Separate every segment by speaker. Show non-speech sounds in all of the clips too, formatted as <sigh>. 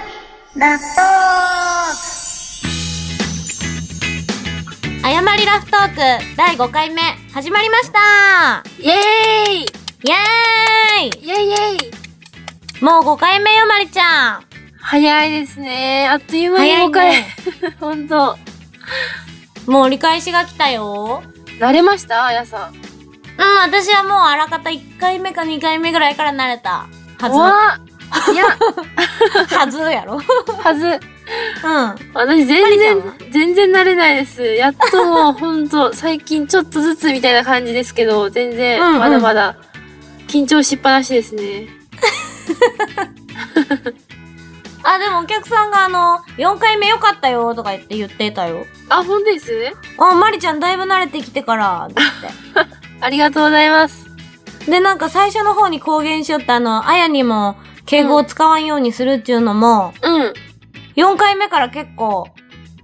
Speaker 1: ラフト
Speaker 2: 誤りラフトーク第5回目始まりました
Speaker 1: イエーイ
Speaker 2: イエー
Speaker 1: イエーイイエーイ
Speaker 2: イもう5回目よまりちゃん
Speaker 1: 早いですね。あっという間に
Speaker 2: 早いね
Speaker 1: 5回。 <laughs> ほんと。
Speaker 2: もう折り返しが来たよ
Speaker 1: 慣れましたあやさん。
Speaker 2: うん私はもうあらかた1回目か2回目ぐらいから慣れたは
Speaker 1: は <laughs> ず。いや、
Speaker 2: ずはずやろ <laughs> うん
Speaker 1: はず。
Speaker 2: あ
Speaker 1: 私
Speaker 2: マ
Speaker 1: 全
Speaker 2: リちゃ
Speaker 1: 然
Speaker 2: んは、
Speaker 1: 全然慣れないです。やっともうほんと、最近ちょっとずつみたいな感じですけど、全然
Speaker 2: うんうん
Speaker 1: まだまだ緊張しっぱなしですね。
Speaker 2: でもお客さんがあの4回目よかったよとか言って言ってたよ
Speaker 1: あ、ほんとです
Speaker 2: あまりちゃんだいぶ慣れてきてからって言っ
Speaker 1: ありがとうございます。
Speaker 2: てでなんか最初の方に公言しよったあのあやにも敬語を使わんようにするっちゅうのも、
Speaker 1: うん。
Speaker 2: 4回目から結構、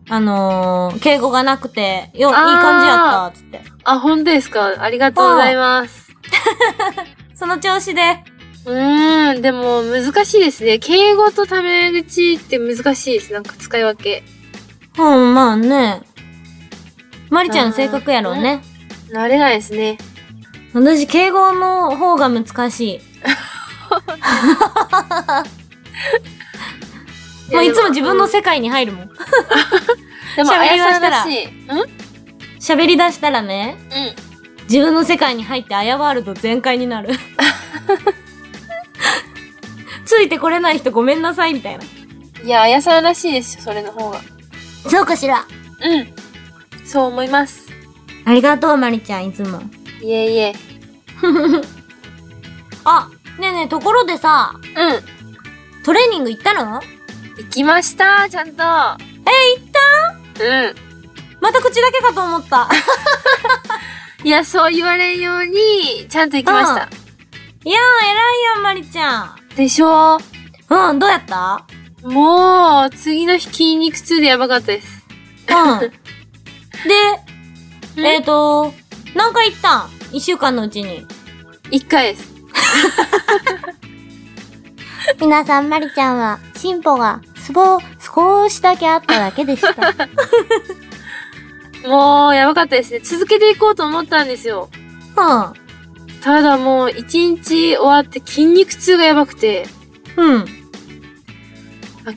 Speaker 2: あのー敬語がなくて、よ、いい
Speaker 1: あー
Speaker 2: 感じやった、つって。
Speaker 1: あ、ほんとですかありがとうございます。
Speaker 2: その調子で、
Speaker 1: うーん、でも難しいですね。敬語とタメ口って難しいです。なんか使い分け。
Speaker 2: うん、まあね。まりちゃんの性格やろう
Speaker 1: な
Speaker 2: ね。
Speaker 1: 慣れないですね。
Speaker 2: 私、敬語の方が難
Speaker 1: <laughs>
Speaker 2: <laughs> しい。もういつも自分の世界に入るもん。
Speaker 1: でも、
Speaker 2: 喋
Speaker 1: あ
Speaker 2: り
Speaker 1: やさん
Speaker 2: だし
Speaker 1: ら
Speaker 2: た
Speaker 1: しい。うんうん。
Speaker 2: 喋り出したらね、自分の世界に入ってアヤワールド全開になる。 <laughs> ついてこれない人ごめんなさい、みたいな。
Speaker 1: いや、あやさんらしいですよ、それの方が。
Speaker 2: そうかしら。
Speaker 1: うん。そう思います。
Speaker 2: ありがとう、まりちゃん、いつも。
Speaker 1: いえいえ。
Speaker 2: あ、ねえねえ、ところでさ、
Speaker 1: うん。
Speaker 2: トレーニング行ったの
Speaker 1: 行きました、ちゃん
Speaker 2: え、
Speaker 1: と。
Speaker 2: 行った
Speaker 1: うん。
Speaker 2: また口だけかと思った。
Speaker 1: いや、そう言われんように、ちゃんと行きました。
Speaker 2: いやー、偉いやん、まりちゃ
Speaker 1: でしょ
Speaker 2: ん。うん、どうやった
Speaker 1: もう、次の日筋肉痛でやばかったです。
Speaker 2: うん。で、
Speaker 1: うん
Speaker 2: えっ、ー、と、何回行ったん一週間のうちに。
Speaker 1: 一回です。
Speaker 3: 皆さん、まりちゃんは進歩がすぼ、少しだけあっただけでした。
Speaker 2: <laughs>
Speaker 1: もう、やばかったですね。続けていこうと思ったんですよ。ただもう、一日終わって筋肉痛がやばくて、
Speaker 2: うん。うん。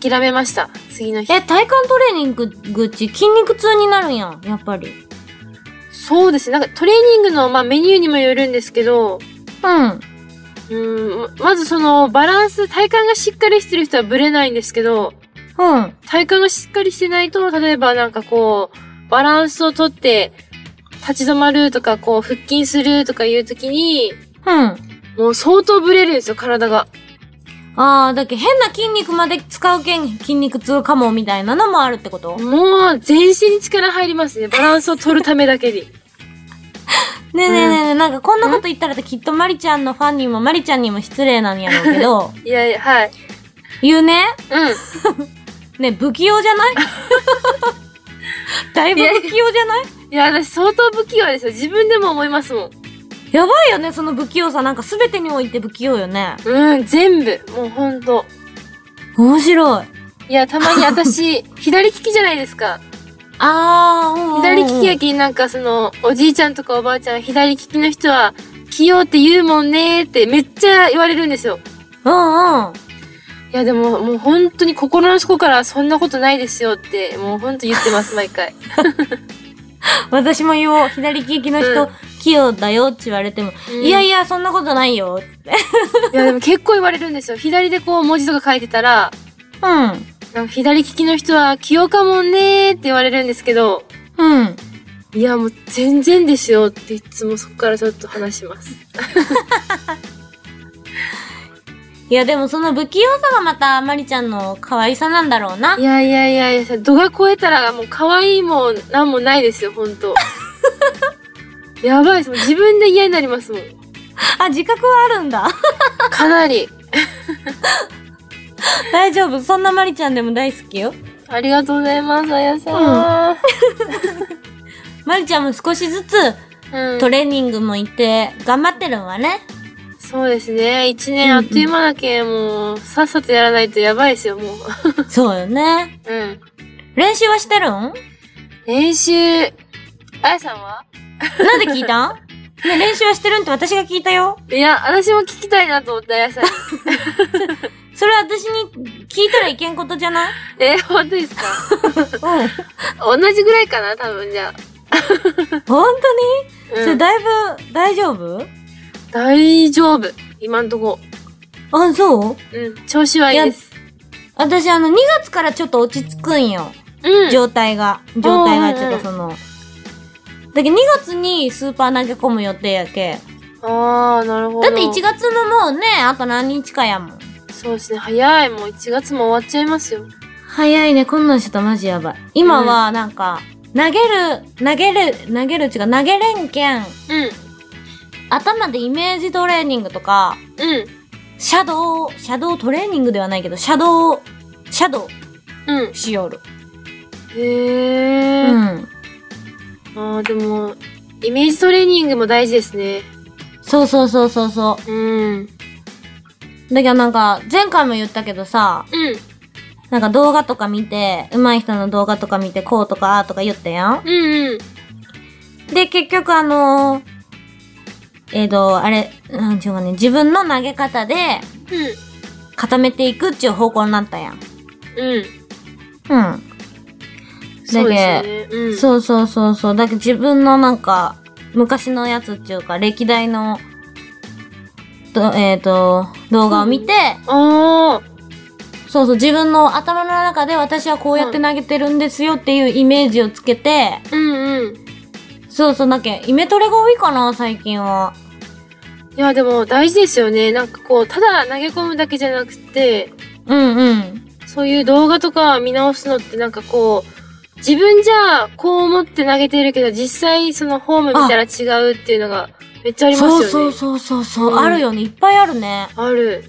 Speaker 1: 諦めました。次の日。
Speaker 2: え、体幹トレーニング口、筋肉痛になるやん、やっぱり。
Speaker 1: そうですね。なんか、トレーニングの、まあ、メニューにもよるんですけど、
Speaker 2: うん。
Speaker 1: うん、まずその、バランス、体幹がしっかりしてる人はブレないんですけど、
Speaker 2: うん。
Speaker 1: 体幹がしっかりしてないと、例えばなんかこう、バランスをとって、立ち止まるとか、こう、腹筋するとかいうときに、
Speaker 2: うん。
Speaker 1: もう相当ブレるんですよ、体が。
Speaker 2: ああ、だけど変な筋肉まで使うけん筋肉痛かもみたいなのもあるってこと
Speaker 1: もう、全身に力入りますね。バランスを取るためだけに。
Speaker 2: ねえねえねえねえ、なんかこんなこと言ったらきっとマリちゃんのファンにもマリちゃんにも失礼なんやろうけど、
Speaker 1: いやいや、はい。
Speaker 2: 言うね。
Speaker 1: う
Speaker 2: ねえ不器用じゃ <laughs> ないだいぶ不器用じゃない
Speaker 1: ん。いや、私相当不器用ですよ。自分でも思いますもん。
Speaker 2: やばいよね、その不器用さ。なんか全てにおいて不器用よね。
Speaker 1: うん、全部。もうほんと。
Speaker 2: 面白い。
Speaker 1: いや、たまに私、 <laughs> 左利きじゃないですか。
Speaker 2: あー、うんうんうん
Speaker 1: 左利きやきなんかその、おじいちゃんとかおばあちゃん、左利きの人は、器用って言うもんねーってめっちゃ言われるんですよ。
Speaker 2: うんうん。
Speaker 1: いやでも、もう本当に心の底からそんなことないですよって、もう本当言ってます、毎回。
Speaker 2: 私も言おう。左利きの人、
Speaker 1: うん
Speaker 2: 器用だよって言われても、
Speaker 1: うん
Speaker 2: いやいや、そんなことないよって。
Speaker 1: いやでも結構言われるんですよ。左でこう文字とか書いてたら、
Speaker 2: うん。
Speaker 1: なんか左利きの人は器用かもんねーって言われるんですけど、
Speaker 2: うん。
Speaker 1: いやもう全然ですよっていつもそこからちょっと話します。。
Speaker 2: いや、でもその不器用さがまた、まりちゃんの可愛さなんだろうない
Speaker 1: やいやいやいや、度が超えたらもう可愛いもんなんもないですよ、ほん <laughs> と。やばいです。もう自分で嫌になりますもん。
Speaker 2: あ、自覚はあるん
Speaker 1: <laughs>
Speaker 2: だ。
Speaker 1: かなり。
Speaker 2: 大丈夫。そんなまりちゃんでも大好きよ。
Speaker 1: ありがとうございます、あやさ
Speaker 2: まりちゃんも少しずつ、
Speaker 1: ん。うん。
Speaker 2: トレーニングも行って、頑張ってるんはね。
Speaker 1: そうですね。一年あっという間だけ、もう、さっさとやらないとやばいですよ、もう。
Speaker 2: そうよね。
Speaker 1: うん。
Speaker 2: 練習はしてるん
Speaker 1: 練習、あやさんは
Speaker 2: なんで聞い
Speaker 1: <laughs>
Speaker 2: たんね練習はしてるんって私が聞いたよ。
Speaker 1: いや、私も聞きたいなと思って、あや <laughs> さんに。
Speaker 2: それ私に聞いたらいけんことじゃない
Speaker 1: えー、本当ですか
Speaker 2: うん。
Speaker 1: 同じぐらいかな、多分じゃあ。
Speaker 2: 本当に、
Speaker 1: うん
Speaker 2: それだいぶ大丈夫
Speaker 1: 大丈夫。今んとこ。
Speaker 2: あ、そう
Speaker 1: うん。調子はいいです。
Speaker 2: 私あの2月からちょっと落ち着くんよ。
Speaker 1: うん。
Speaker 2: 状態が。状態がちょっ
Speaker 1: うん
Speaker 2: とその。だけど2月にスーパー投げ込む予定やけ。
Speaker 1: ああ、なるほど。
Speaker 2: だって1月ももうね、あと何日かやもん。
Speaker 1: そうですね、早い。もう1月も終わっちゃいますよ。
Speaker 2: 早いね、こんなんしてたらマジやばい。今はなんか、投げる、投げる、投げる違う、投げれんけん、
Speaker 1: うん。
Speaker 2: 頭でイメージトレーニングとか、
Speaker 1: うん。
Speaker 2: シャドウ、シャドウトレーニングではないけど、シャドウ、シャド
Speaker 1: うん
Speaker 2: ウ。しよる。う
Speaker 1: へえ。
Speaker 2: ん。
Speaker 1: ああ、でも、イメージトレーニングも大事ですね。
Speaker 2: そうそうそうそうそ
Speaker 1: うん。
Speaker 2: う。だけどなんか、前回も言ったけどさ、
Speaker 1: うん。
Speaker 2: なんか動画とか見て、上手い人の動画とか見て、こうとかああとか言ったやん。
Speaker 1: うんうん。
Speaker 2: で、結局あのー、えっ、と、あれ、なんちゅうかね、自分の投げ方で、
Speaker 1: うん。
Speaker 2: 固めていくっちゅう方向になったやん。うん。
Speaker 1: うん。
Speaker 2: だ
Speaker 1: そうですよ
Speaker 2: け
Speaker 1: ね。うん。う。
Speaker 2: そうそうそうそう。だけど自分のなんか、昔のやつっていうか、歴代の、どえっ、と、動画を見て、
Speaker 1: ああ。
Speaker 2: そうそう、自分の頭の中で私はこうやって投げてるんですよっていうイメージをつけて、
Speaker 1: うんうん。
Speaker 2: そうそう、だけイメトレが多いかな、最近は。
Speaker 1: いや、でも大事ですよね。なんかこう、ただ投げ込むだけじゃなくて、
Speaker 2: うんうん。
Speaker 1: そういう動画とか見直すのってなんかこう、自分じゃこう思って投げてるけど、実際そのフォーム見たら違うっていうのがめっちゃありますよ
Speaker 2: そう
Speaker 1: ね。
Speaker 2: そうそうそうそう、
Speaker 1: うん
Speaker 2: あるよね。いっぱいあるね。
Speaker 1: ある。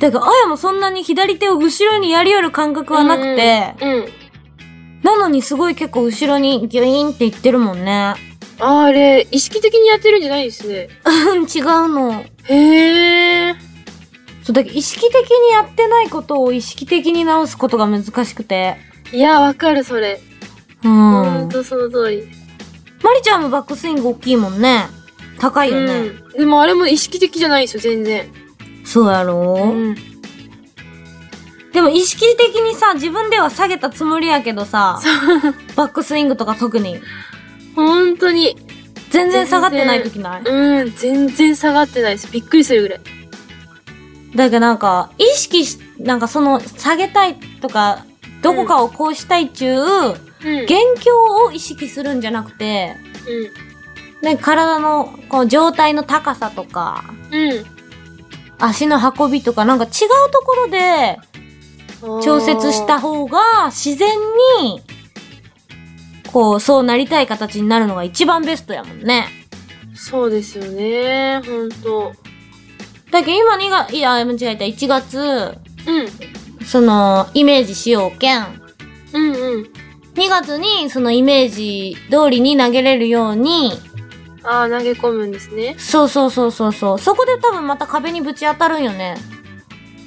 Speaker 2: だから、あやもそんなに左手を後ろにやりよる感覚はなくて、
Speaker 1: うんうん。うん
Speaker 2: なのにすごい結構後ろにギュイーンっていってるもんね。 <laughs>
Speaker 1: あーあれ、意識的にやってるんじゃないんですね。
Speaker 2: うん、違うの。
Speaker 1: へえ。
Speaker 2: そう、だけど意識的にやってないことを意識的に直すことが難しくて。
Speaker 1: いや、わかる、それ。
Speaker 2: う
Speaker 1: ほん
Speaker 2: ん。
Speaker 1: とその通り。
Speaker 2: まりちゃんもバックスイング大きいもんね。高いよね。
Speaker 1: うん。でもあれも意識的じゃないんですよ、全然。
Speaker 2: そうやろ
Speaker 1: う、ん。
Speaker 2: でも意識的にさ、自分では下げたつもりやけどさ、バックスイングとか特に。
Speaker 1: ほんとに。
Speaker 2: 全然下がってない時ない
Speaker 1: うん、全然下がってないです。びっくりするぐらい。
Speaker 2: だけどなんか、意識し、なんかその、下げたいとか、どこかをこうしたいっちゅう、
Speaker 1: うん。
Speaker 2: 元凶を意識するんじゃなくて、
Speaker 1: う
Speaker 2: ね、体の、こう、状態の高さとか、
Speaker 1: ん。うん。
Speaker 2: 足の運びとか、なんか違うところで調節した方が、自然に、こう、そうなりたい形になるのが一番ベストやもんね。
Speaker 1: そうですよね、ほんと。
Speaker 2: だけど今2月、いや、間違えた、1月、
Speaker 1: うん。
Speaker 2: その、イメージしようけん。
Speaker 1: うんうん。
Speaker 2: 2月にそのイメージ通りに投げれるように、
Speaker 1: ああ、投げ込むんですね。
Speaker 2: そうそうそうそうそう。そこで多分また壁にぶち当たるんよね。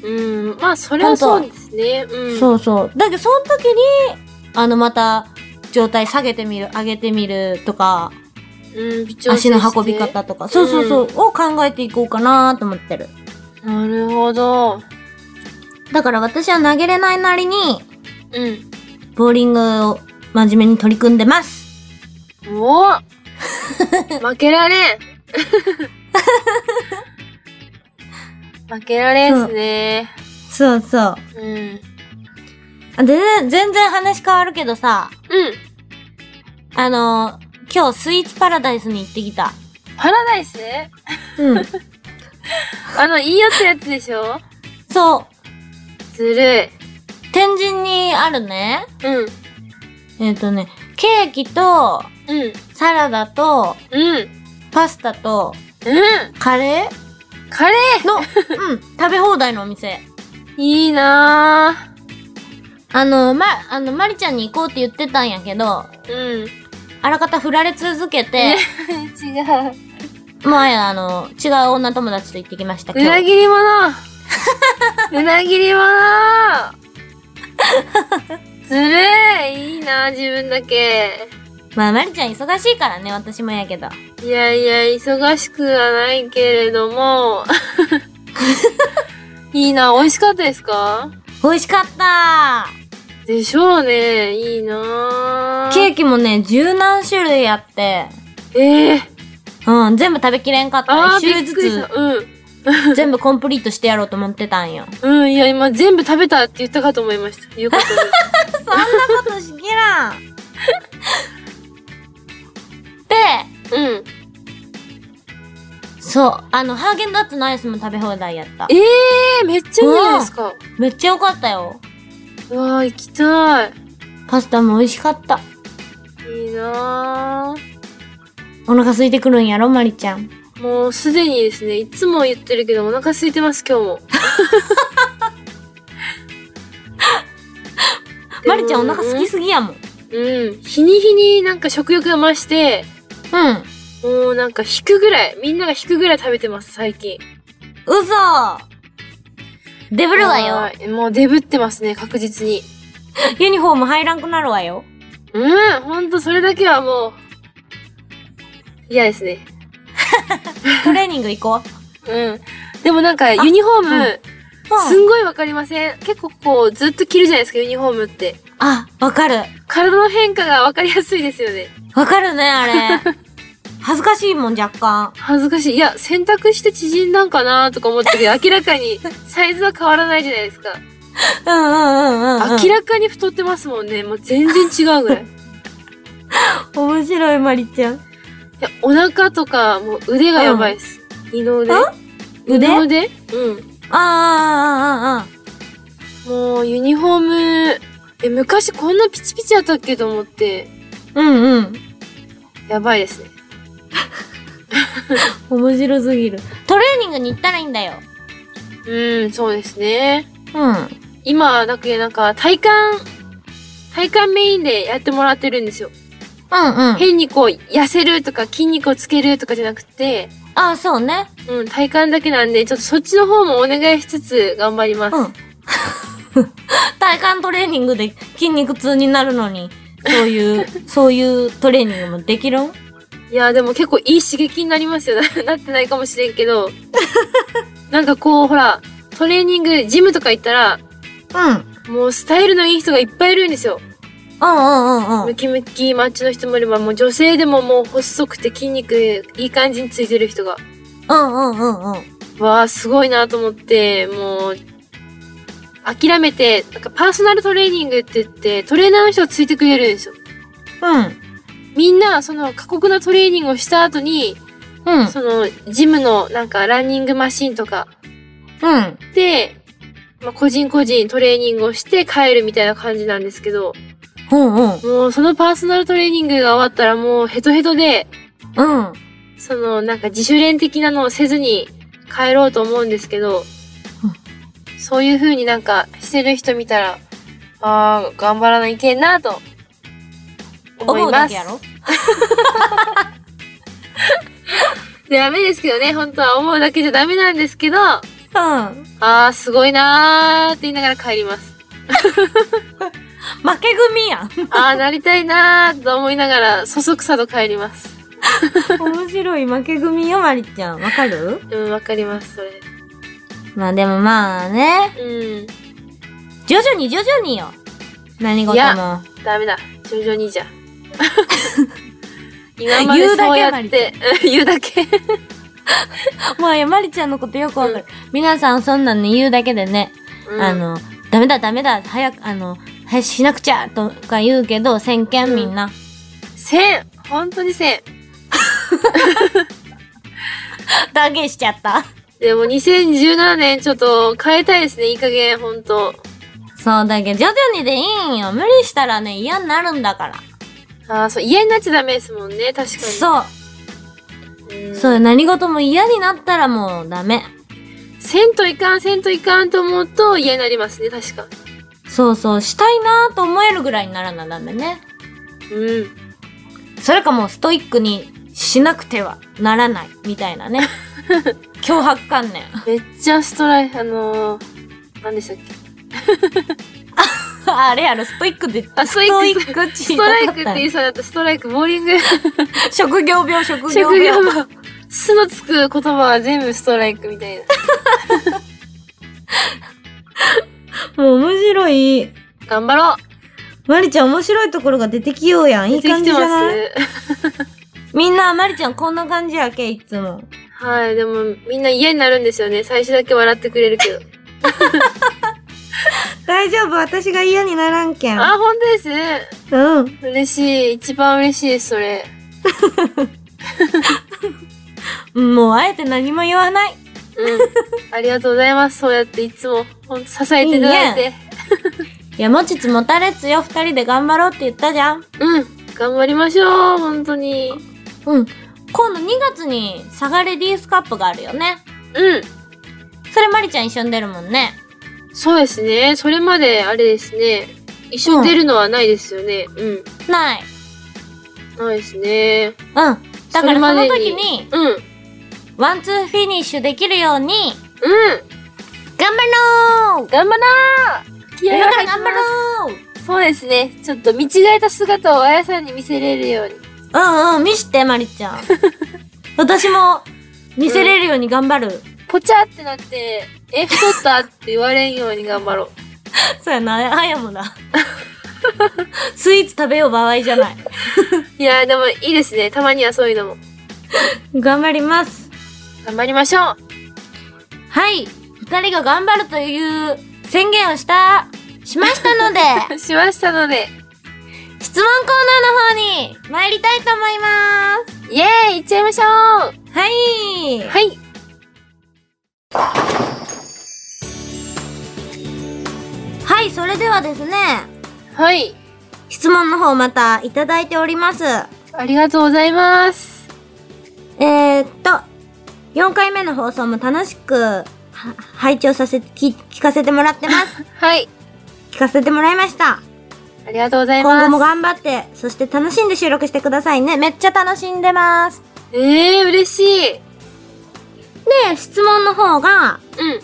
Speaker 1: うん。まあ、それはそうですね。うん。
Speaker 2: そうそう。だけどその時に、あのまた状態下げてみる、上げてみるとか、
Speaker 1: うん、微調整し
Speaker 2: 足
Speaker 1: て
Speaker 2: の運び方とか、そうそうそう、を考えていこうかなと思ってる。
Speaker 1: なるほど。
Speaker 2: だから私は投げれないなりに、
Speaker 1: うん。
Speaker 2: ボーリングを真面目に取り組んでます。
Speaker 1: お
Speaker 2: <laughs>
Speaker 1: お負けられん <laughs> 負けられんっすね。
Speaker 2: そうそう。あ
Speaker 1: うん。うん。
Speaker 2: 全然、全然話変わるけどさ、あの今日スイーツパラダイスに行ってきた。
Speaker 1: パラダイス
Speaker 2: うん。
Speaker 1: あの、いいよってやつでしょ
Speaker 2: そう。
Speaker 1: ずる
Speaker 2: 天神にあるね。
Speaker 1: い。うん。
Speaker 2: えっ、とね、ケーキと、
Speaker 1: うん。
Speaker 2: サラダと、
Speaker 1: うん。
Speaker 2: パスタと、
Speaker 1: うん。
Speaker 2: カレー
Speaker 1: カレ
Speaker 2: <laughs>
Speaker 1: ー
Speaker 2: の、うん、食べ放題のお店。
Speaker 1: いいな
Speaker 2: あの、ま、あの、まりちゃんに行こうって言ってたんやけど、 <laughs>
Speaker 1: ぁ。うん。
Speaker 2: あらかた振られ続けて、
Speaker 1: 違う。
Speaker 2: 前、あの、違う女友達と行ってきました、
Speaker 1: う
Speaker 2: 今
Speaker 1: な
Speaker 2: 日。
Speaker 1: ぎり者 <laughs> うなぎり者ずるいいいな、自分だけ。
Speaker 2: まあ、まりちゃん忙しいからね、私もやけど。
Speaker 1: いやいや、忙しくはないけれど <laughs> も。いいな、美味しかったですか
Speaker 2: 美味しかった
Speaker 1: でしょうね、いいな。
Speaker 2: ケーキもね、十何種類あって、
Speaker 1: ええ
Speaker 2: うん、全部食べきれんかった。
Speaker 1: あ
Speaker 2: 1
Speaker 1: ー、び
Speaker 2: 種類
Speaker 1: っくりし
Speaker 2: ず
Speaker 1: た。う
Speaker 2: つ、
Speaker 1: ん。
Speaker 2: 全部コンプリートしてやろうと思ってたん
Speaker 1: <laughs>
Speaker 2: よ。
Speaker 1: うん、いや、今全部食べたって言ったかと思いました。よか <laughs> ったです。
Speaker 2: そんなことしきらん <laughs> で、
Speaker 1: うん。
Speaker 2: そう、あの、ハーゲンダッツのアイスも食べ放題やった
Speaker 1: え。えめっちゃいいじゃないですか。
Speaker 2: めっちゃ良かったよ。
Speaker 1: うわあ、行きたい。
Speaker 2: パスタも美味しかった。
Speaker 1: いいな
Speaker 2: お腹空いてくるんやろ、まりちゃん。
Speaker 1: あもうすでにですね、いつも言ってるけどお腹空いてます、今日も。
Speaker 2: まりちゃんお腹空きすぎやもん。
Speaker 1: うん。日に日になんか食欲が増して、
Speaker 2: うん。
Speaker 1: もうなんか引くぐらい、みんなが引くぐらい食べてます、最近。
Speaker 2: 嘘デブるわよ。
Speaker 1: はいもうデブってますね、確実に。
Speaker 2: ユニフォーム入らんくなるわ <laughs> よ。
Speaker 1: うん、ほんとそれだけはもう、嫌ですね。
Speaker 2: トレーニング行こう。
Speaker 1: うん。でもなんか、ユニフォーム、す
Speaker 2: うん
Speaker 1: んごいわかりません。結構こう、ずっと着るじゃないですか、ユニフォームって。
Speaker 2: あ、わかる。
Speaker 1: 体の変化がわかりやすいですよね。
Speaker 2: わかるね、あれ。 <laughs> 恥ずかしいもん、若干。
Speaker 1: 恥ずかしい。いや、選択して縮んだんかなとか思ったけど、
Speaker 2: <laughs>
Speaker 1: 明らかにサイズは変わらないじゃないですか。
Speaker 2: うんうんうんうん、うん。
Speaker 1: 明らかに太ってますもんね。もう全然違うぐらい。い
Speaker 2: 面白い、まりちゃん。
Speaker 1: や、お腹とか、もう腕がやばいです。二の腕。
Speaker 2: あ腕
Speaker 1: 二の
Speaker 2: あ
Speaker 1: 腕うん。
Speaker 2: あ、ああ、ああ。
Speaker 1: もう、ユニフォーム、え、昔こんなピチピチやったっけと思って、
Speaker 2: うんうん。
Speaker 1: やばいですね。
Speaker 2: 面白すぎる。トレーニングに行ったらいいんだよ。
Speaker 1: うん、そうですね。
Speaker 2: うん。
Speaker 1: 今、だけなんか、体幹、体幹メインでやってもらってるんですよ。
Speaker 2: うんうん。
Speaker 1: 変にこう、痩せるとか筋肉をつけるとかじゃなくて、
Speaker 2: ああ、そうね。
Speaker 1: うん、体幹だけなんで、ちょっとそっちの方もお願いしつつ頑張ります。
Speaker 2: <laughs> うん。体幹トレーニングで筋肉痛になるのに、そういう、そういうトレーニングもできるん
Speaker 1: いやーでも結構いい刺激になりますよ。 <laughs> ななってないかもしれんけど。 <laughs> なんかこう、ほら、トレーニング、ジムとか行ったら、
Speaker 2: うん。
Speaker 1: もうスタイルのいい人がいっぱいいるんですよ。
Speaker 2: うんうんうんう
Speaker 1: ム
Speaker 2: ん。
Speaker 1: キムキマッチの人もいれば、もう女性でももう細くて筋肉いい感じについてる人が。
Speaker 2: うんうんうんうん。
Speaker 1: わあ、すごいなと思って、もう、諦めて、なんかパーソナルトレーニングって言って、トレーナーの人がついてくれるんですよ。
Speaker 2: うん。
Speaker 1: みんな、その過酷なトレーニングをした後に、
Speaker 2: うん。
Speaker 1: その、ジムのなんかランニングマシンとか
Speaker 2: うん。
Speaker 1: で、まあ、個人個人トレーニングをして帰るみたいな感じなんですけど、
Speaker 2: うんうん。
Speaker 1: もうそのパーソナルトレーニングが終わったらもうヘトヘトで、
Speaker 2: うん。
Speaker 1: そのなんか自主練的なのをせずに帰ろうと思うんですけど、そういう風になんかしてる人見たら、ああ、頑張らないけんなと思
Speaker 2: 思
Speaker 1: いうま
Speaker 2: だ
Speaker 1: す。
Speaker 2: けやろ
Speaker 1: でダメですけどね、本当は思うだけじゃダメなんですけど、あ
Speaker 2: うん。
Speaker 1: あ、すごいなーって言いながら帰ります。
Speaker 2: <laughs> 負け組やん。
Speaker 1: ああ、なりたいなーと思いながら、そそくさと帰ります。
Speaker 2: 面白い負け組よ、まりちゃん。わかる
Speaker 1: うん、わかります、それ。
Speaker 2: まあでもまあね。
Speaker 1: うん、
Speaker 2: 徐々に徐々によ。何事も
Speaker 1: いや。ダメだ。徐々にじ
Speaker 2: <laughs>
Speaker 1: ゃ。今まで
Speaker 2: 言うだけ
Speaker 1: そうや
Speaker 2: マ
Speaker 1: っ
Speaker 2: リ
Speaker 1: て、うん <laughs> 言うだけ。
Speaker 2: まあ、まりちゃんのことよくわかる。皆さんそんなんね、言うだけでね。
Speaker 1: うん
Speaker 2: あ、の、ダメだダメだ、早く、あの、早くしなくちゃとか言うけど、先見みんな。
Speaker 1: せん本当にせん
Speaker 2: だけしちゃった。
Speaker 1: でも2017年ちょっと変えたいですね、いい加減、本当
Speaker 2: そうだけど、徐々にでいいんよ。無理したらね、嫌になるんだから。
Speaker 1: ああ、そう、家になっちゃダメですもんね、確かに。
Speaker 2: そう。
Speaker 1: うん
Speaker 2: そうよ、何事も嫌になったらもうダメ。
Speaker 1: せんといかん、せんといかんと思うと嫌になりますね、確か。
Speaker 2: そうそう、したいなと思えるぐらいにならなダメね。
Speaker 1: うん。
Speaker 2: それかもうストイックにしなくてはならないみたいなね
Speaker 1: <laughs>
Speaker 2: 脅迫観念 <laughs>
Speaker 1: めっちゃストライあのー、何でしたっけ
Speaker 2: あれやろストイックで
Speaker 1: あストイック
Speaker 2: ストイック
Speaker 1: ストライクって言
Speaker 2: 言
Speaker 1: いそうだったストライクボーリ
Speaker 2: <laughs>
Speaker 1: ング
Speaker 2: 職業病職業
Speaker 1: 職
Speaker 2: 病
Speaker 1: 業の「す」のつく言葉は全部ストライクみたいな
Speaker 2: もう面白い
Speaker 1: 頑張ろう
Speaker 2: まりちゃん面白いところが出てきようやんいい
Speaker 1: 出て
Speaker 2: 感
Speaker 1: き
Speaker 2: じ
Speaker 1: て
Speaker 2: じ
Speaker 1: ま
Speaker 2: ゃない
Speaker 1: す
Speaker 2: みんなまりちゃんこんな感じやけいつも
Speaker 1: はいでもみんな嫌になるんですよね最初だけ笑ってくれるけど
Speaker 2: 大丈夫私が嫌にならんけん
Speaker 1: あ本当ですね
Speaker 2: うん
Speaker 1: 嬉しい一番嬉しいですそれ
Speaker 2: もうあえて何も言わない
Speaker 1: うんありがとうございますそうやっていつもほんと支えていただいて
Speaker 2: いや持ちつ持たれつよ二人で頑張ろうって言ったじゃん
Speaker 1: うん頑張りましょう本当に
Speaker 2: うん今度2月にサガレディースカップがあるよね
Speaker 1: うん
Speaker 2: それまりちゃん一緒に出るもんね
Speaker 1: そうですねそれまであれですね一緒に出るのはないですよねうん、
Speaker 2: ない
Speaker 1: ないですね
Speaker 2: うんだからその時に
Speaker 1: うんうん
Speaker 2: ワンツーフィニッシュできるように頑張ろう
Speaker 1: 頑張らー気合
Speaker 2: 今
Speaker 1: が
Speaker 2: か
Speaker 1: 入
Speaker 2: ら
Speaker 1: っ
Speaker 2: 頑
Speaker 1: てま
Speaker 2: 張
Speaker 1: す
Speaker 2: ろう
Speaker 1: そうですねちょっと見違えた姿をあやさんに見せれるように
Speaker 2: うんうん見してまりち <laughs> ゃん私も見せれるように頑張る、
Speaker 1: ポチャってなってえ太ったって言われんように頑張ろう
Speaker 2: そうやなあやもなスイーツ食べよう場合じゃない
Speaker 1: いやーでもいいですねたまにはそういうのも
Speaker 2: 頑張ります
Speaker 1: 頑張りましょう
Speaker 2: はい二人が頑張るという宣言をしたしましたので <laughs>
Speaker 1: しましたので、
Speaker 2: 質問コーナーの方に参りたいと思います
Speaker 1: イエーイ行っちゃいましょうは
Speaker 2: はい、
Speaker 1: い
Speaker 2: はい、それではですね
Speaker 1: はい
Speaker 2: 質問の方またいただいております
Speaker 1: ありがとうございます。
Speaker 2: えー、っと、4回目の放送も楽しく、は拝聴させて、き聞かせてもらって <laughs> ます。
Speaker 1: はい。
Speaker 2: 聞かせてもらいました。
Speaker 1: ありがとうござい
Speaker 2: 今後も
Speaker 1: ます。
Speaker 2: 頑張って、そして楽しんで収録してくださいね。めっちゃ楽しんでます。
Speaker 1: えー、嬉しい。
Speaker 2: で、質問の方が、
Speaker 1: うん。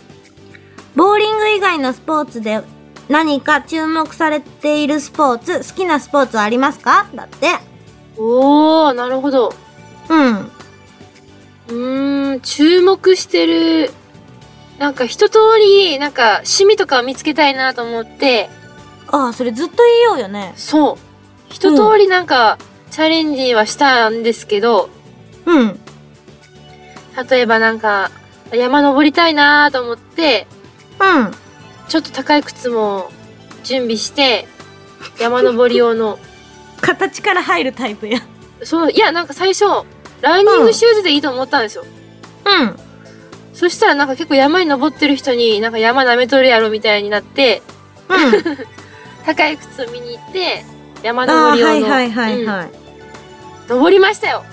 Speaker 2: ボーリング以外のスポーツで何か注目されているスポーツ、好きなスポーツはありますかだって。
Speaker 1: おー、なるほど。
Speaker 2: うん。
Speaker 1: うーん、注目してる。なんか一通り、なんか趣味とかを見つけたいなと思って、
Speaker 2: ああ、それずっと言いようよね。
Speaker 1: そう。一通りなんか、チャレンジはしたんですけど、
Speaker 2: うん。
Speaker 1: 例えばなんか、山登りたいなと思って、
Speaker 2: うん。
Speaker 1: ちょっと高い靴も準備して、山登り用の。
Speaker 2: 形から入るタイプや。
Speaker 1: そう、いや、なんか最初、ランニングシューズでいいと思ったんですよ。
Speaker 2: <laughs> うん。
Speaker 1: そしたらなんか結構山に登ってる人に、なんか山舐めとるやろみたいになって、
Speaker 2: うん。
Speaker 1: 高い靴を見に行って、山
Speaker 2: あ
Speaker 1: 登
Speaker 2: あ、
Speaker 1: り用
Speaker 2: は
Speaker 1: の。
Speaker 2: いはいはいはい。
Speaker 1: うん登りましたよ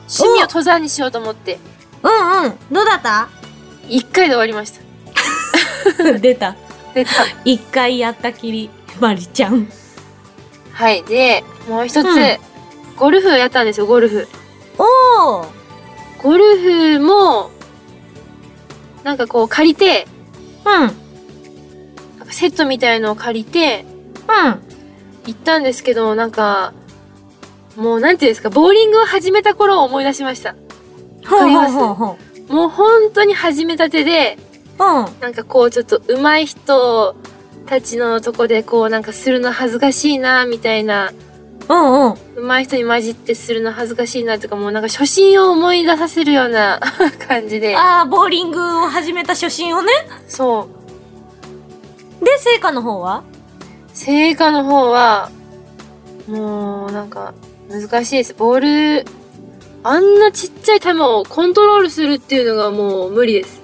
Speaker 1: 趣味を登山にしようと思って、
Speaker 2: うんうん。どうだった
Speaker 1: 一回で終わりました。
Speaker 2: <laughs> 出た。
Speaker 1: で、た
Speaker 2: 一回やったきり、まりちゃん。
Speaker 1: <laughs> はい。で、もう一つ、
Speaker 2: うん
Speaker 1: ゴルフやったんですよ、ゴルフ。
Speaker 2: おー
Speaker 1: ゴルフも、なんかこう借りて、
Speaker 2: うん。
Speaker 1: なんかセットみたいのを借りて、
Speaker 2: う
Speaker 1: 行ったんですけど、なんか、もうなんていうんですか、ボーリングを始めた頃を思い出しました。
Speaker 2: ん。ほう
Speaker 1: り
Speaker 2: ほ
Speaker 1: ま
Speaker 2: う
Speaker 1: す
Speaker 2: ほうほ
Speaker 1: もう本当に始めたてで、
Speaker 2: う。うん。
Speaker 1: なんかこうちょっと上手い人たちのとこでこうなんかするの恥ずかしいな、みたいな、
Speaker 2: うんうん。
Speaker 1: 上手い人に混じってするの恥ずかしいなとか、もうなんか初心を思い出させるような <laughs> 感じで、
Speaker 2: ああ、ボーリングを始めた初心をね。
Speaker 1: そう。
Speaker 2: で、成果の方は
Speaker 1: 成果の方は、もうなんか難しいです。ボール、あんなちっちゃい球をコントロールするっていうのがもう無理です。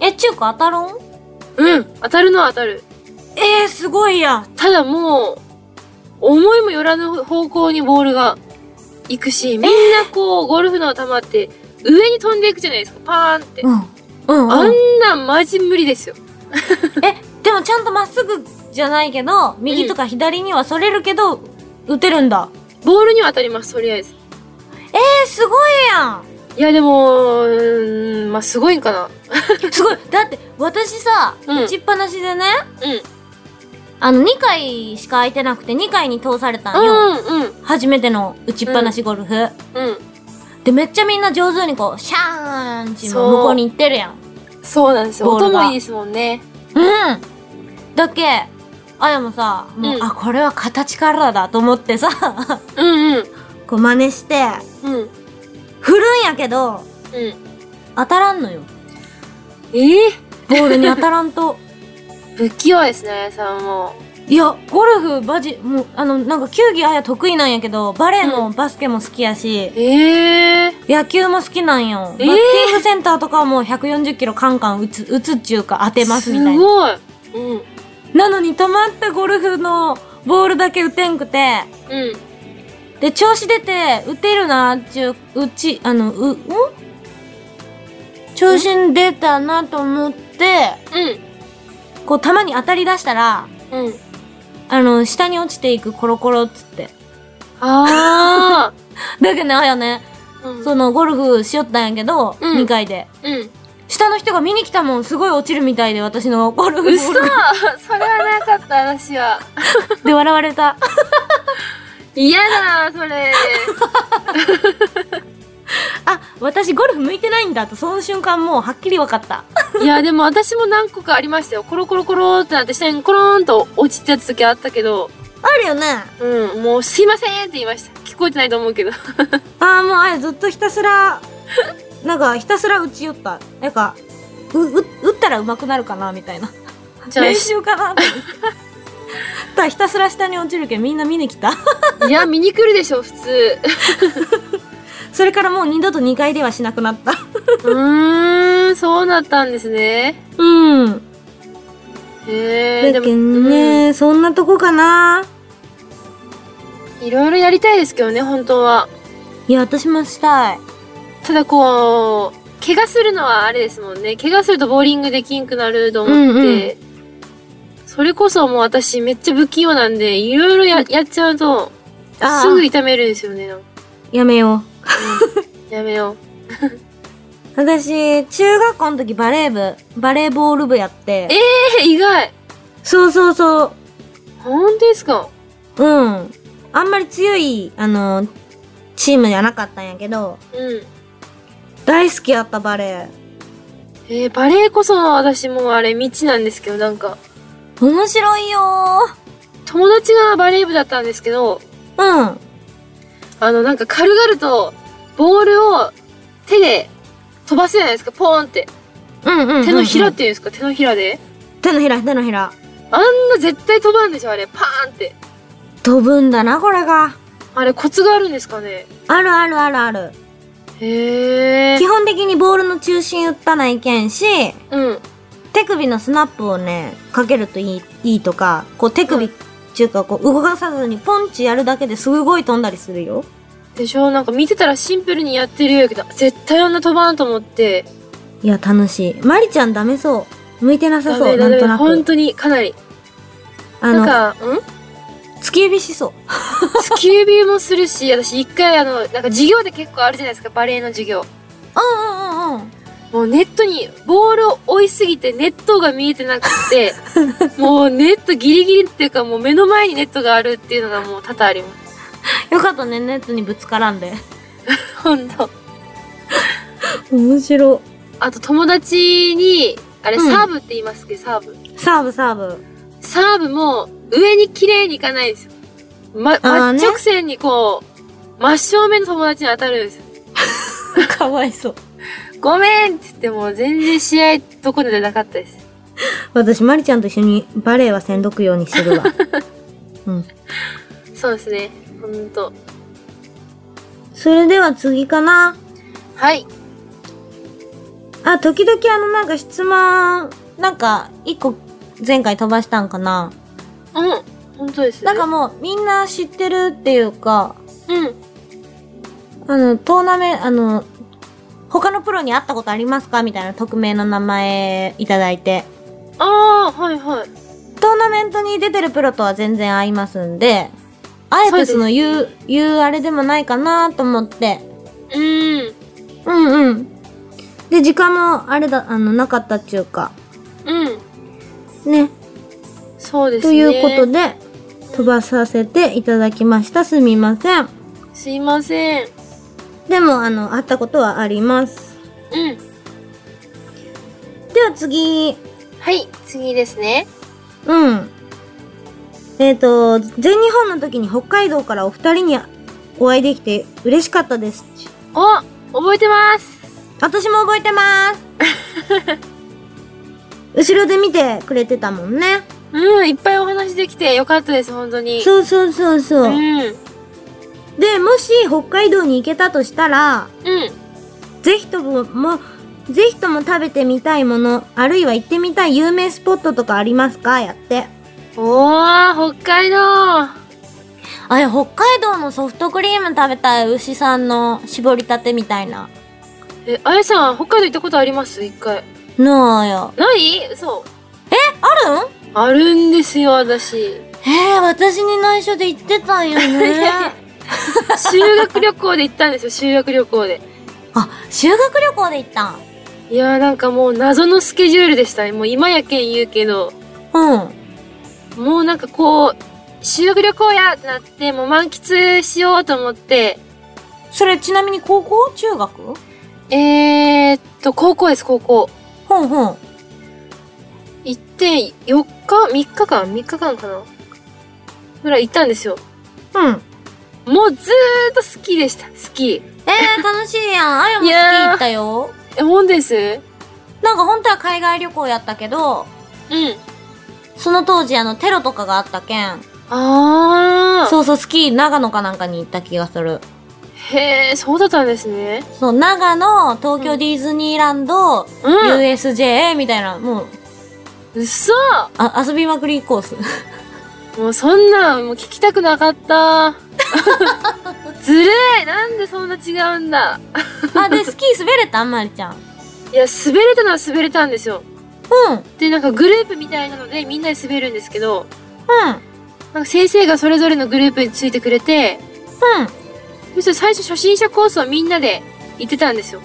Speaker 2: え、中華当たろん
Speaker 1: うん、当たるのは当たる。
Speaker 2: ええー、すごいや。
Speaker 1: ただもう、思いもよらぬ方向にボールが行くし、みんなこう、ゴルフの球って上に飛んでいくじゃないですか、パーンって。
Speaker 2: うん。うん、
Speaker 1: あ
Speaker 2: うん。
Speaker 1: んなんマジ無理ですよ。
Speaker 2: え、でもちゃんとまっすぐじゃないけど、右とか左にはそれるけど、打てるんだ。
Speaker 1: ボールには当たります、とりあえず。
Speaker 2: ええー、すごいやん
Speaker 1: いや、でも、うーん、まあ、すごいんかな。
Speaker 2: すごいだって私さ、
Speaker 1: うん
Speaker 2: 打ちっぱなしでね
Speaker 1: うん。
Speaker 2: あの2回しか空いてなくて2回に通されたんよ、
Speaker 1: うん、うん、
Speaker 2: 初めての打ちっぱなしゴルフ、
Speaker 1: うん。
Speaker 2: でめっちゃみんな上手にこうシャーンって向
Speaker 1: そう
Speaker 2: こうに行ってるやん
Speaker 1: そうなんですよ。
Speaker 2: ボール
Speaker 1: 音
Speaker 2: が
Speaker 1: もいいですもんね。
Speaker 2: うんだっけあやもさもう、
Speaker 1: うん
Speaker 2: あこれは形からだと思ってさ
Speaker 1: うん、うん。
Speaker 2: <laughs> こう真似して
Speaker 1: うん、うん。
Speaker 2: 振るんやけど当たらんのよ
Speaker 1: ええ
Speaker 2: ボールに当たらんと
Speaker 1: 不器用ですね、あやさんも。
Speaker 2: <laughs> いやゴルフバジもうあのなんか球技あや得意なんやけどバレーもバスケも好きやし、
Speaker 1: ええ
Speaker 2: 野球も好きなんよ、バッ
Speaker 1: え
Speaker 2: ティングセンターとかはもう140キロカンカン打つ打つっちゅうか当てますみたい
Speaker 1: す
Speaker 2: な
Speaker 1: ごい。うん、
Speaker 2: なのに止まったゴルフのボールだけ打てんくて
Speaker 1: うん。
Speaker 2: で調子出て打てるなっちゅううちあのうん調子に出たなと思ってこう球に当たり出したら
Speaker 1: うん、うん。
Speaker 2: あの下に落ちていくコロコロっつって
Speaker 1: あ
Speaker 2: だけどねあやね
Speaker 1: あ。うん、
Speaker 2: そのゴルフしよったんやけど、
Speaker 1: うん
Speaker 2: 2回で
Speaker 1: うん。
Speaker 2: 下の人が見に来たもんすごい落ちるみたいで私のゴルフボール
Speaker 1: 嘘それはなかった、私は。
Speaker 2: で笑われた
Speaker 1: 嫌だな、それ。
Speaker 2: あ私ゴルフ向いてないんだとその瞬間もうはっきり分かった
Speaker 1: いや、でも私も何個かありましたよ。コロコロコロってなって、下にコローンと落ちてた時あったけど、
Speaker 2: あるよね
Speaker 1: うん、もうすいませんって言いました。聞こえてないと思うけど。
Speaker 2: ああもうあれずっとひたすらなんかひたすら打ち寄ったなんかうう打ったら上手くなるかなみたいな
Speaker 1: <laughs> じゃあ
Speaker 2: 練習かな
Speaker 1: <laughs>
Speaker 2: ただひたすら下に落ちるけんみんな見に来た
Speaker 1: いや、見に来るでしょ、普通。
Speaker 2: それからもう二度と2回ではしなくなった
Speaker 1: うーん、そうだったんですね。
Speaker 2: うん
Speaker 1: へえ、
Speaker 2: だ
Speaker 1: でも、
Speaker 2: けん
Speaker 1: うん
Speaker 2: ね、そんなとこかない
Speaker 1: ろいろやりたいですけどね、本当は。
Speaker 2: いや私もしたい
Speaker 1: ただこう、怪我するのはあれですもんね。怪我するとボーリングできんくなると思って。
Speaker 2: うんうん
Speaker 1: それこそもう私めっちゃ不器用なんで、いろいろややっちゃうと、
Speaker 2: あー
Speaker 1: すぐ痛めるんですよね。なんか
Speaker 2: やめよう
Speaker 1: やめよ
Speaker 2: 私、中学校の時バレー部、バレーボール部やって。
Speaker 1: えう。え、意外
Speaker 2: そうそうそ
Speaker 1: 本当ですか
Speaker 2: う。うん。あんまり強い、あの、チームじゃなかったんやけど、
Speaker 1: うん。
Speaker 2: 大好きやったバレ
Speaker 1: えーバレエこそ私もうあれ未知なんですけど、なんか、
Speaker 2: ー。面白いよ
Speaker 1: 友達がバレー部だったんですけど、
Speaker 2: ー。うん。
Speaker 1: あの、なんか軽々と、ボールを手で飛ばすじゃないですか、ポーンって。
Speaker 2: うんうんうん、
Speaker 1: 手のひらっ
Speaker 2: うん
Speaker 1: ていうんですか、手のひらで。
Speaker 2: 手のひら、手のひら。
Speaker 1: あんな絶対飛ばんでしょ、あれ。パーンって。
Speaker 2: 飛ぶんだな、これが。
Speaker 1: あれ、コツがあるんですかね。
Speaker 2: あるあるあるある。
Speaker 1: へえ。
Speaker 2: 基本的にボールの中心打ったないけんし、
Speaker 1: うん。
Speaker 2: 手首のスナップをね、かけるといい、いいとか、こう手首っていうか、こう動かさずにポンチやるだけですごい飛んだりするよ。
Speaker 1: でしょなんか見てたらシンプルにやってるようやけど、絶対あんな飛ばんと思って。
Speaker 2: いや、楽しい。まりちゃんダメそう。向いてなさ
Speaker 1: ダ
Speaker 2: そう、
Speaker 1: メ
Speaker 2: な
Speaker 1: ダ
Speaker 2: ん
Speaker 1: メ
Speaker 2: とな
Speaker 1: 本
Speaker 2: く。
Speaker 1: 当に、かなり。
Speaker 2: あの、
Speaker 1: なんか、ん
Speaker 2: 突き指しそう。
Speaker 1: 突き指もするし、私一回あの、なんか授業で結構あるじゃないですか、バレエの授業。
Speaker 2: うんうんうんうん。
Speaker 1: もうネットに、ボールを追いすぎてネットが見えてなく
Speaker 2: <laughs>
Speaker 1: て、もうネットギリギリっていうかもう目の前にネットがあるっていうのがもう多々あります。
Speaker 2: よかったね、ネットにぶつからんで。
Speaker 1: ほんと。
Speaker 2: 面白。
Speaker 1: あと友達に、あれ
Speaker 2: うん
Speaker 1: サーブって言いますけど、サーブ。
Speaker 2: サーブサーブ。
Speaker 1: サーブも上に綺麗にいかないんですよ。ま、
Speaker 2: ーね
Speaker 1: 真直線にこう、真正面の友達に当たるんですよ。
Speaker 2: <laughs> かわいそう。
Speaker 1: ごめんって言ってもう全然試合どこで出なかったです。
Speaker 2: 私、まりちゃんと一緒にバレエはせんどくようにする <laughs> わ。うん。
Speaker 1: そうですね。ほんと。
Speaker 2: それでは次かな。
Speaker 1: はい。
Speaker 2: あ、時々あの、なんか質問、なんか、一個前回飛ばしたんかな。
Speaker 1: うん。本当ですね。
Speaker 2: なんかもう、みんな知ってるっていうか、
Speaker 1: うん。
Speaker 2: あの、トーナメント、あの、他のプロに会ったことありますかみたいな匿名の名前いただいて。
Speaker 1: ああ、はいはい。
Speaker 2: トーナメントに出てるプロとは全然会いますんで、あえてその
Speaker 1: そうです
Speaker 2: 言う、言うあれでもないかなと思って、
Speaker 1: うん。
Speaker 2: うんうん。で、時間もあれだ、あの、なかったっちゅうか。
Speaker 1: うん。
Speaker 2: ね。
Speaker 1: そうですね。
Speaker 2: ということで、飛ばさせていただきました。すみません。
Speaker 1: すいません。
Speaker 2: でも、あの、あったことはあります。
Speaker 1: うん。
Speaker 2: では次。
Speaker 1: はい、次ですね。
Speaker 2: うん。えっ、と、全日本の時に北海道からお二人にお会いできて嬉しかったです。
Speaker 1: お覚えてます
Speaker 2: 私も覚えて <laughs> ます。後ろで見てくれてたもんね。
Speaker 1: うん、いっぱいお話できてよかったです、本当に。う。
Speaker 2: そうそうそうそうう。
Speaker 1: ん。うん。
Speaker 2: で、もし北海道に行けたとしたら、ぜひとも、ぜひとも食べてみたいもの、あるいは行ってみたい有名スポットとかありますかやって。
Speaker 1: おー、北海道
Speaker 2: あれ、北海道のソフトクリーム食べたい牛さんの絞りたてみたいな。
Speaker 1: え、あやさん、北海道行ったことあります一回。
Speaker 2: のーよ。
Speaker 1: ないそう。
Speaker 2: あるん
Speaker 1: あるんですよ、私。
Speaker 2: えー、私に内緒で行ってたんよ <laughs> ね。
Speaker 1: <laughs> 修学旅行で行ったんですよ、修学旅行で。
Speaker 2: あ、修学旅行で行ったん。
Speaker 1: いやーなんかもう謎のスケジュールでしたね。もう今やけん言うけど、
Speaker 2: うん。
Speaker 1: もうなんかこう、修学旅行やってなって、もう満喫しようと思って、
Speaker 2: それちなみに高校中学
Speaker 1: えーっと、高校です、高校。
Speaker 2: ほんほん。
Speaker 1: 行って、4日 ?3 日間 ?3 日間かなぐらい行ったんですよ。
Speaker 2: うん。
Speaker 1: もうずーっと好きでした、好き。
Speaker 2: えー、楽しいやん。あやも好
Speaker 1: い
Speaker 2: き
Speaker 1: やー
Speaker 2: 行ったよ。
Speaker 1: え、ほんですうん。
Speaker 2: なんか本当は海外旅行やったけど、その当時あのテロとかがあったけん、
Speaker 1: あー。
Speaker 2: そうそうスキー長野かなんかに行った気がする。
Speaker 1: へー、そうだったんですね。
Speaker 2: そう、長野、東京ディズニーランド、
Speaker 1: うん。
Speaker 2: USJ みたいな、もう、
Speaker 1: うそ
Speaker 2: あ、遊びまくりコース。
Speaker 1: もうそんなん、もう聞きたくな
Speaker 2: <laughs>
Speaker 1: かった。ずるいなんでそんな違うんだ
Speaker 2: あ、で、スキー滑れたんまりちゃん。
Speaker 1: いや、滑れたのは滑れたんですよ。
Speaker 2: うん、うん。
Speaker 1: で、なんかグループみたいなのでみんなで滑るんですけど、
Speaker 2: うん。
Speaker 1: なんか先生がそれぞれのグループについてくれて、そしたら最初初心者コースをみんなで行ってたんですよ。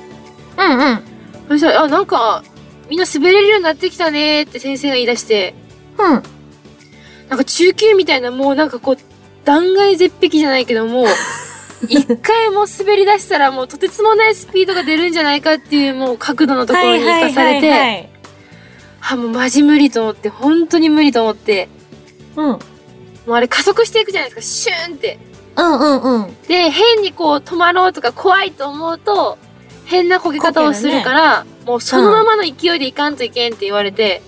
Speaker 2: うん、うん。
Speaker 1: そしたら、あ、なんか、みんな滑れるようになってきたねーって先生が言い出して、
Speaker 2: うん。
Speaker 1: なんか中級みたいな、もうなんかこう、断崖絶壁じゃないけ
Speaker 2: <laughs>
Speaker 1: ども、一回もう滑り出したらもうとてつもないスピードが出るんじゃないかっていうもう角度のところに行かさ
Speaker 2: はいはい
Speaker 1: れ
Speaker 2: はい
Speaker 1: て、
Speaker 2: はい
Speaker 1: あ、もうマジ無理と思って、本当に無理と思って、
Speaker 2: うん。
Speaker 1: もうあれ加速していくじゃないですか、シューンって。
Speaker 2: うん、うん、うん。
Speaker 1: で、変にこう止まろうとか怖いと思うと、変なこけ方をするから、もうそのままの勢いでいかんといけんって言われて、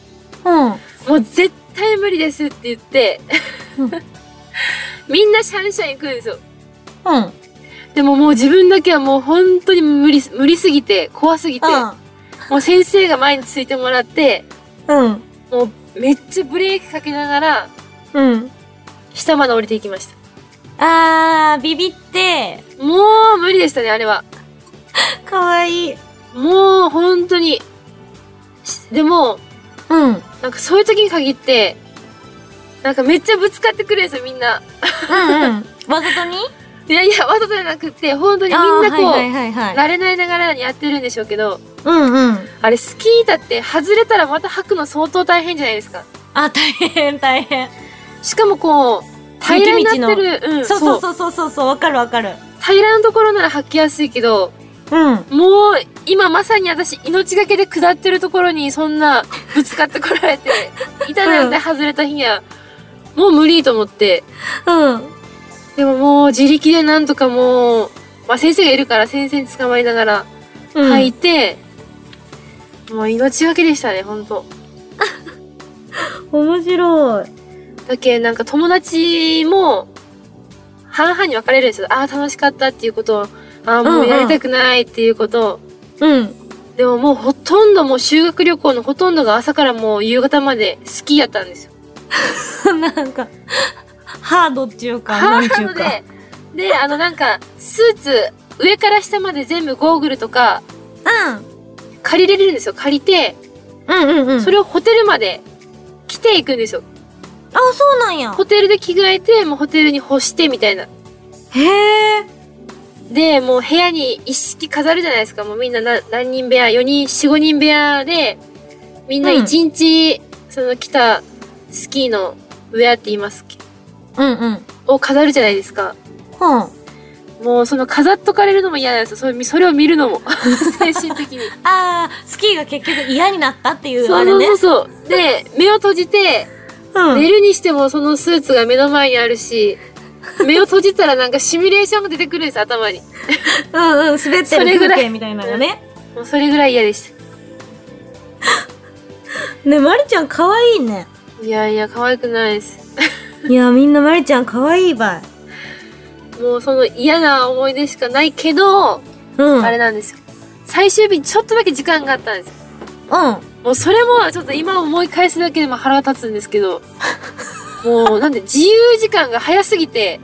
Speaker 2: うん。
Speaker 1: もう絶対無理ですって言って、
Speaker 2: うん
Speaker 1: <laughs> みんなシャンシャン行くんですよ。
Speaker 2: うん。うん。
Speaker 1: でももう自分だけはもう本当に無理、無理すぎて、怖すぎて、もう先生が前についてもらって、
Speaker 2: うん。
Speaker 1: もうめっちゃブレーキかけながら、
Speaker 2: うん。
Speaker 1: 下まで降りていきました。
Speaker 2: あー、ビビって、
Speaker 1: もう無理でしたね、あれは。
Speaker 2: かわいい。
Speaker 1: もう本当に。しでも、
Speaker 2: うん。うん
Speaker 1: なんかそういう時に限って、なんかめっちゃぶつかってくるんですよ、みんな。
Speaker 2: うん。 <laughs> わざとに
Speaker 1: いやいや、わざとじゃなくって、本当にみ
Speaker 2: あ
Speaker 1: ん
Speaker 2: ー
Speaker 1: なこう、
Speaker 2: はいはいはいはい。
Speaker 1: 慣れないながらにやってるんでしょうけど、
Speaker 2: うんうん。
Speaker 1: あれスキー板って外れたらまた履くの相当大変じゃないですか。
Speaker 2: あ、大変大変。
Speaker 1: しかもこう、平らになってる、うん、
Speaker 2: そうそうそうそうそうそう、わかるわかる。
Speaker 1: 平らなところなら履きやすいけど、
Speaker 2: うん。
Speaker 1: もう今まさに私命がけで下ってるところにそんなぶつかってこられて、板なんて外れた日には、もう無理と思って、
Speaker 2: うん。
Speaker 1: でももう自力でなんとかもう、まあ先生がいるから先生に捕まりながら
Speaker 2: は
Speaker 1: 履い。て、もう命がけでしたね、ほんと。
Speaker 2: 面白い。
Speaker 1: だけなんか友達も半々に分かれるんですよ。ああ、楽しかったっていうことを、ああ、もうやりたくないっていうことを。
Speaker 2: うん。
Speaker 1: でももうほとんどもう修学旅行のほとんどが朝からもう夕方までスキーやったんです
Speaker 2: <laughs>
Speaker 1: よ。
Speaker 2: なんか、ハードっていうか、
Speaker 1: ハ
Speaker 2: なん
Speaker 1: ー
Speaker 2: てい
Speaker 1: ド
Speaker 2: うか。
Speaker 1: で、で、あのなんかスーツ上から下まで全部ゴーグルとか借りれるんですよ。借りて、
Speaker 2: うん。うんうんうん。
Speaker 1: それをホテルまで来ていくんですよ。
Speaker 2: あ、そうなんや。
Speaker 1: ホテルで着替えて、もうホテルに干してみたいな。
Speaker 2: へえ。
Speaker 1: で、もう部屋に一式飾るじゃないですか。もうみんなな何人部屋、4人、4、5人部屋で、みんな
Speaker 2: うん
Speaker 1: 一日、その来たスキーのウェアって言いますっけ
Speaker 2: うんうん。
Speaker 1: を飾るじゃないですか。
Speaker 2: うん。
Speaker 1: もうその飾っとかれるのも嫌なんですよ。それそれを見る
Speaker 2: <laughs>
Speaker 1: のも。精神的に。
Speaker 2: あー、スキーが結局嫌になったっていう
Speaker 1: そ
Speaker 2: あ
Speaker 1: う
Speaker 2: れ
Speaker 1: そう
Speaker 2: ね
Speaker 1: そう。そう。で、目を閉じて、
Speaker 2: うん
Speaker 1: 寝るにしてもそのスーツが目の前にあ
Speaker 2: <laughs>
Speaker 1: るし、目を閉じたらなんかシミュレーションが出てくるんです、頭に。
Speaker 2: うんうん、滑って
Speaker 1: それ
Speaker 2: る
Speaker 1: ぐらい
Speaker 2: 風景みたいなのがね。
Speaker 1: もうそれぐらい嫌でし
Speaker 2: ね、まりちゃん可愛いね。
Speaker 1: た。いやいや、可愛くないです。
Speaker 2: いや、みんなまりちゃん可愛いばい。
Speaker 1: もうその嫌な思い出しかないけど、
Speaker 2: うん。
Speaker 1: あれなんですよ。最終日にちょっとだけ時間があったんですよ。
Speaker 2: うん。
Speaker 1: もうそれもちょっと今思い返すだけでも腹が立つんです
Speaker 2: <laughs>
Speaker 1: けど、もうなんで自由時間が早すぎて、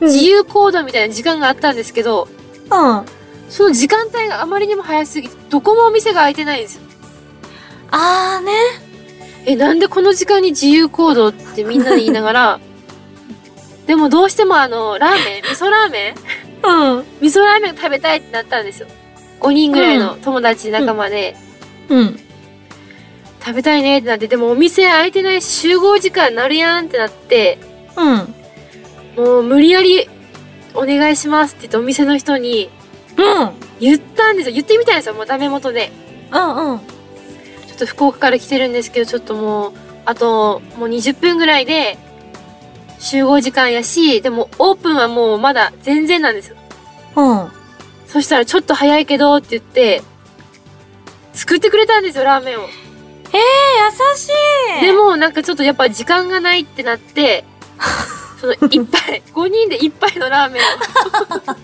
Speaker 1: 自由行動みたいな時間があったんですけど、
Speaker 2: うん。
Speaker 1: その時間帯があまりにも早すぎて、どこもお店が開いてないんですよ。
Speaker 2: あーね。
Speaker 1: え、なんでこの時間に自由行動ってみんなで言いながら、でもどうしてもあの、ラーメン、味噌ラーメン
Speaker 2: うん。
Speaker 1: 味噌ラーメンが食べたいってなったんですよ。5人ぐらいの友達仲間で、
Speaker 2: うん。
Speaker 1: 食べたいねってなって、でもお店開いてないし集合時間になるやんってなって、
Speaker 2: うん。
Speaker 1: もう無理やりお願いしますって言ってお店の人に
Speaker 2: うん。
Speaker 1: 言ったんですよ。言ってみたんですよ、もうダメ元で。
Speaker 2: うんうん。
Speaker 1: ちょっと福岡から来てるんですけど、ちょっともう、あと、もう20分ぐらいで、集合時間やし、でもオープンはもうまだ全然なんですよ。
Speaker 2: うん。
Speaker 1: そしたらちょっと早いけどって言って、作ってくれたんですよ、ラーメンを。
Speaker 2: え、優しい。
Speaker 1: で、もなんかちょっとやっぱ時間がないってなって、その一杯、5人で一杯のラーメンを、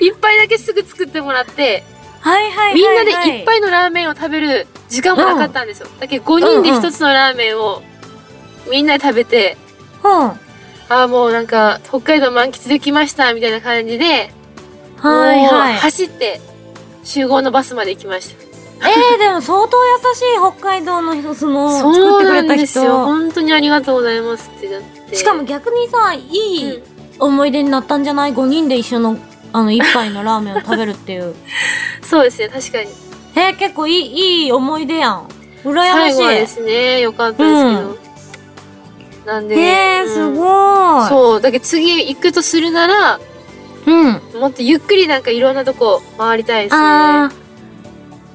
Speaker 1: 一杯だけすぐ作ってもらって、
Speaker 2: はいはいはいはい。
Speaker 1: みんなで一杯のラーメンを食べる時間もなかったんですよ。だけど5人で一つのラーメンをみんなで食べて、
Speaker 2: うん。
Speaker 1: ああもうなんか北海道満喫できましたみたいな感じで、
Speaker 2: はいはい
Speaker 1: もう。走って集合のバスまで行きました。
Speaker 2: えー、でも相当優しい北海道の人、その、
Speaker 1: そ
Speaker 2: 作
Speaker 1: う
Speaker 2: ってく
Speaker 1: な
Speaker 2: れ
Speaker 1: ん
Speaker 2: た
Speaker 1: ですよ。
Speaker 2: 人。
Speaker 1: 本当にありがとうございますってなって。
Speaker 2: しかも逆にさ、い
Speaker 1: うん、
Speaker 2: い思い出になったんじゃない ?5 人で一緒の、あの、一杯のラーメンを食べるっていう。
Speaker 1: そうですね、確かに。
Speaker 2: えー、結構いい、いい思い出やん。羨ま
Speaker 1: 最
Speaker 2: し
Speaker 1: 後はで
Speaker 2: い。
Speaker 1: すね、良かったですけど。なんで。
Speaker 2: えー、す
Speaker 1: い。
Speaker 2: ごい。
Speaker 1: そう、だけど次行くとするなら、
Speaker 2: うん。
Speaker 1: もっとゆっくりなんかいろんなとこ回りたいですね。
Speaker 2: あー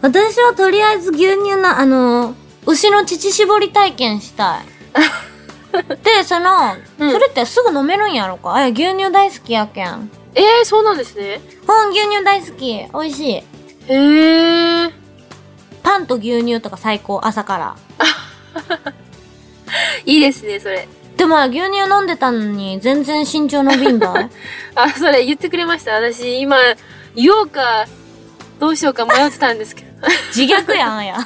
Speaker 2: 私はとりあえず牛乳な、あのー、牛の乳搾り体験したい。
Speaker 1: <laughs>
Speaker 2: で、その、
Speaker 1: うん
Speaker 2: それってすぐ飲めるんやろかあ、いや牛乳大好きやけん。うん、
Speaker 1: えー、そうなんですね。
Speaker 2: 牛乳大好き。美味しい。
Speaker 1: へー。
Speaker 2: パンと牛乳とか最高、朝から。
Speaker 1: いいですね、それ。
Speaker 2: でも、牛乳飲んでたのに、全然身長伸びんだ。
Speaker 1: あ、それ言ってくれました。私、今、言おうか、どうしようか迷ってたんですけど。
Speaker 2: 自虐やんや。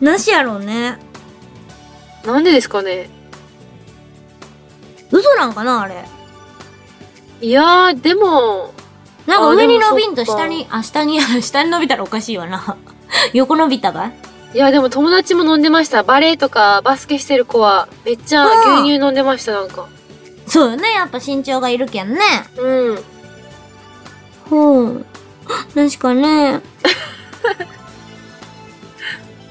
Speaker 2: なしやろうね。
Speaker 1: <laughs> なんでですかね。
Speaker 2: 嘘なんかなあれ。
Speaker 1: いやー、でも、
Speaker 2: なんか
Speaker 1: あ
Speaker 2: 上に
Speaker 1: でも
Speaker 2: 伸びんと
Speaker 1: そっか
Speaker 2: 下に、あ、下に、 <laughs> 下に伸びたらおかしいわな。 <laughs> 横伸びたばい
Speaker 1: いや、でも友達も飲んでました。バレエとかバスケしてる子は、めっちゃ牛乳飲んでました、なんか。
Speaker 2: そうよね。やっぱ身長がいるけんね。
Speaker 1: うん。
Speaker 2: ほう。確か <laughs> ね。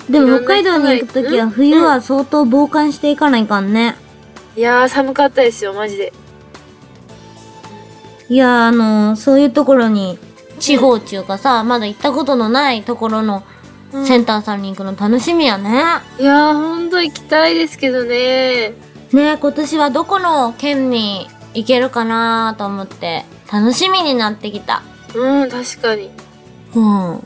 Speaker 2: でも北海道に行くときは冬は相当防寒していかないかんね。
Speaker 1: いやー、寒かったですよ、マジで。
Speaker 2: いやー、あのーそういうところに、地方中かさ、まだ行ったことのないところのセンターさんに行くの楽しみやね。
Speaker 1: いやー、ほんと行きたいですけどね。
Speaker 2: ねえ今年はどこの県に行けるかなと思って楽しみになってきた。
Speaker 1: うん、確かに。
Speaker 2: うん。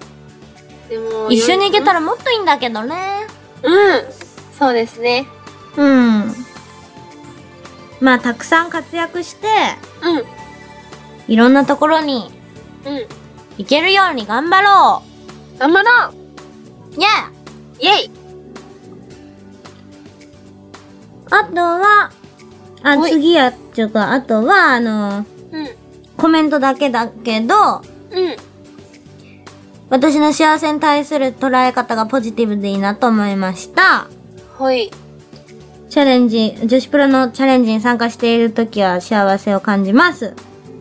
Speaker 1: でも、
Speaker 2: 一緒に行けた
Speaker 1: ら。
Speaker 2: らもっといいんだけどね。
Speaker 1: うん。そうですね。
Speaker 2: うん。まあ、たくさん活躍して、
Speaker 1: うん。う
Speaker 2: いろんなところに
Speaker 1: ん。
Speaker 2: 行けるように頑張ろ
Speaker 1: 頑張ろう
Speaker 2: うイェー
Speaker 1: イェイ
Speaker 2: あとは、あ
Speaker 1: お、い
Speaker 2: 次やっちゅうか、あとは、あの、
Speaker 1: うん。
Speaker 2: コメントだけだけど、
Speaker 1: うん。
Speaker 2: 私の幸せに対する捉え方がポジティブでいいなと思いました。
Speaker 1: ほい。
Speaker 2: チャレンジ、女子プロのチャレンジに参加している時は幸せを感じます。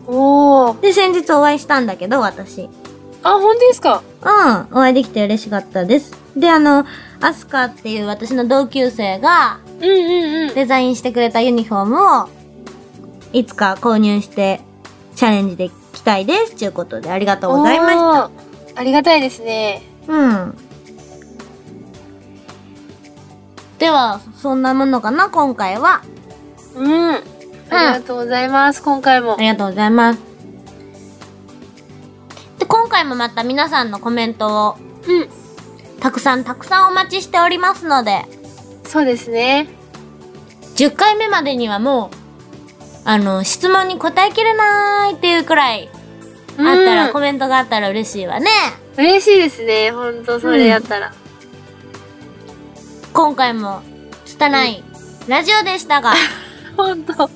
Speaker 1: おー。
Speaker 2: で、先日お会いしたんだけど、私。
Speaker 1: あ、本当ですか
Speaker 2: うん、お会いできて嬉しかったです。で、あの、アスカっていう私の同級生が
Speaker 1: うんうんうん。
Speaker 2: デザインしてくれたユニフォームをいつか購入してチャレンジできたいです。ということでありがとうございました。
Speaker 1: した。ありがたいですね。
Speaker 2: うん。では、そんなものかな、今回は。
Speaker 1: うん。ありがとうございます、今回も
Speaker 2: あ。りがとうございます。で、今回もまた皆さんのコメントを
Speaker 1: うん。
Speaker 2: たくさんたくさんお待ちしておりますので、
Speaker 1: そうですね。
Speaker 2: 10回目までにはもう、あの、質問に答えきれないっていうくらい、あったら、
Speaker 1: うん
Speaker 2: コメントがあったら嬉しいわね。
Speaker 1: 嬉しいですね、ほんと、それやったら。
Speaker 2: 今回も、拙いラジオでしたが、
Speaker 1: ほんと、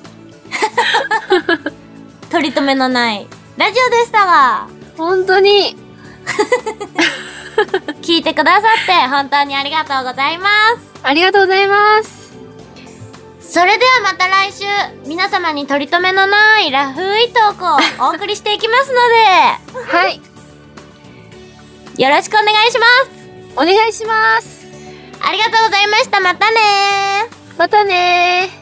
Speaker 2: 取り留めのないラジオでしたが、
Speaker 1: ほんとに、
Speaker 2: 聞いてくださって本当にありがとうございま
Speaker 1: ありがとうございます。 <laughs>
Speaker 2: す。それではまた来週、皆様に取り留めのないラフいトークをお送りしていきますの
Speaker 1: はい、
Speaker 2: で、よろしくお願いします。
Speaker 1: お願いします。
Speaker 2: ありがとうございました。またねー。
Speaker 1: またねー。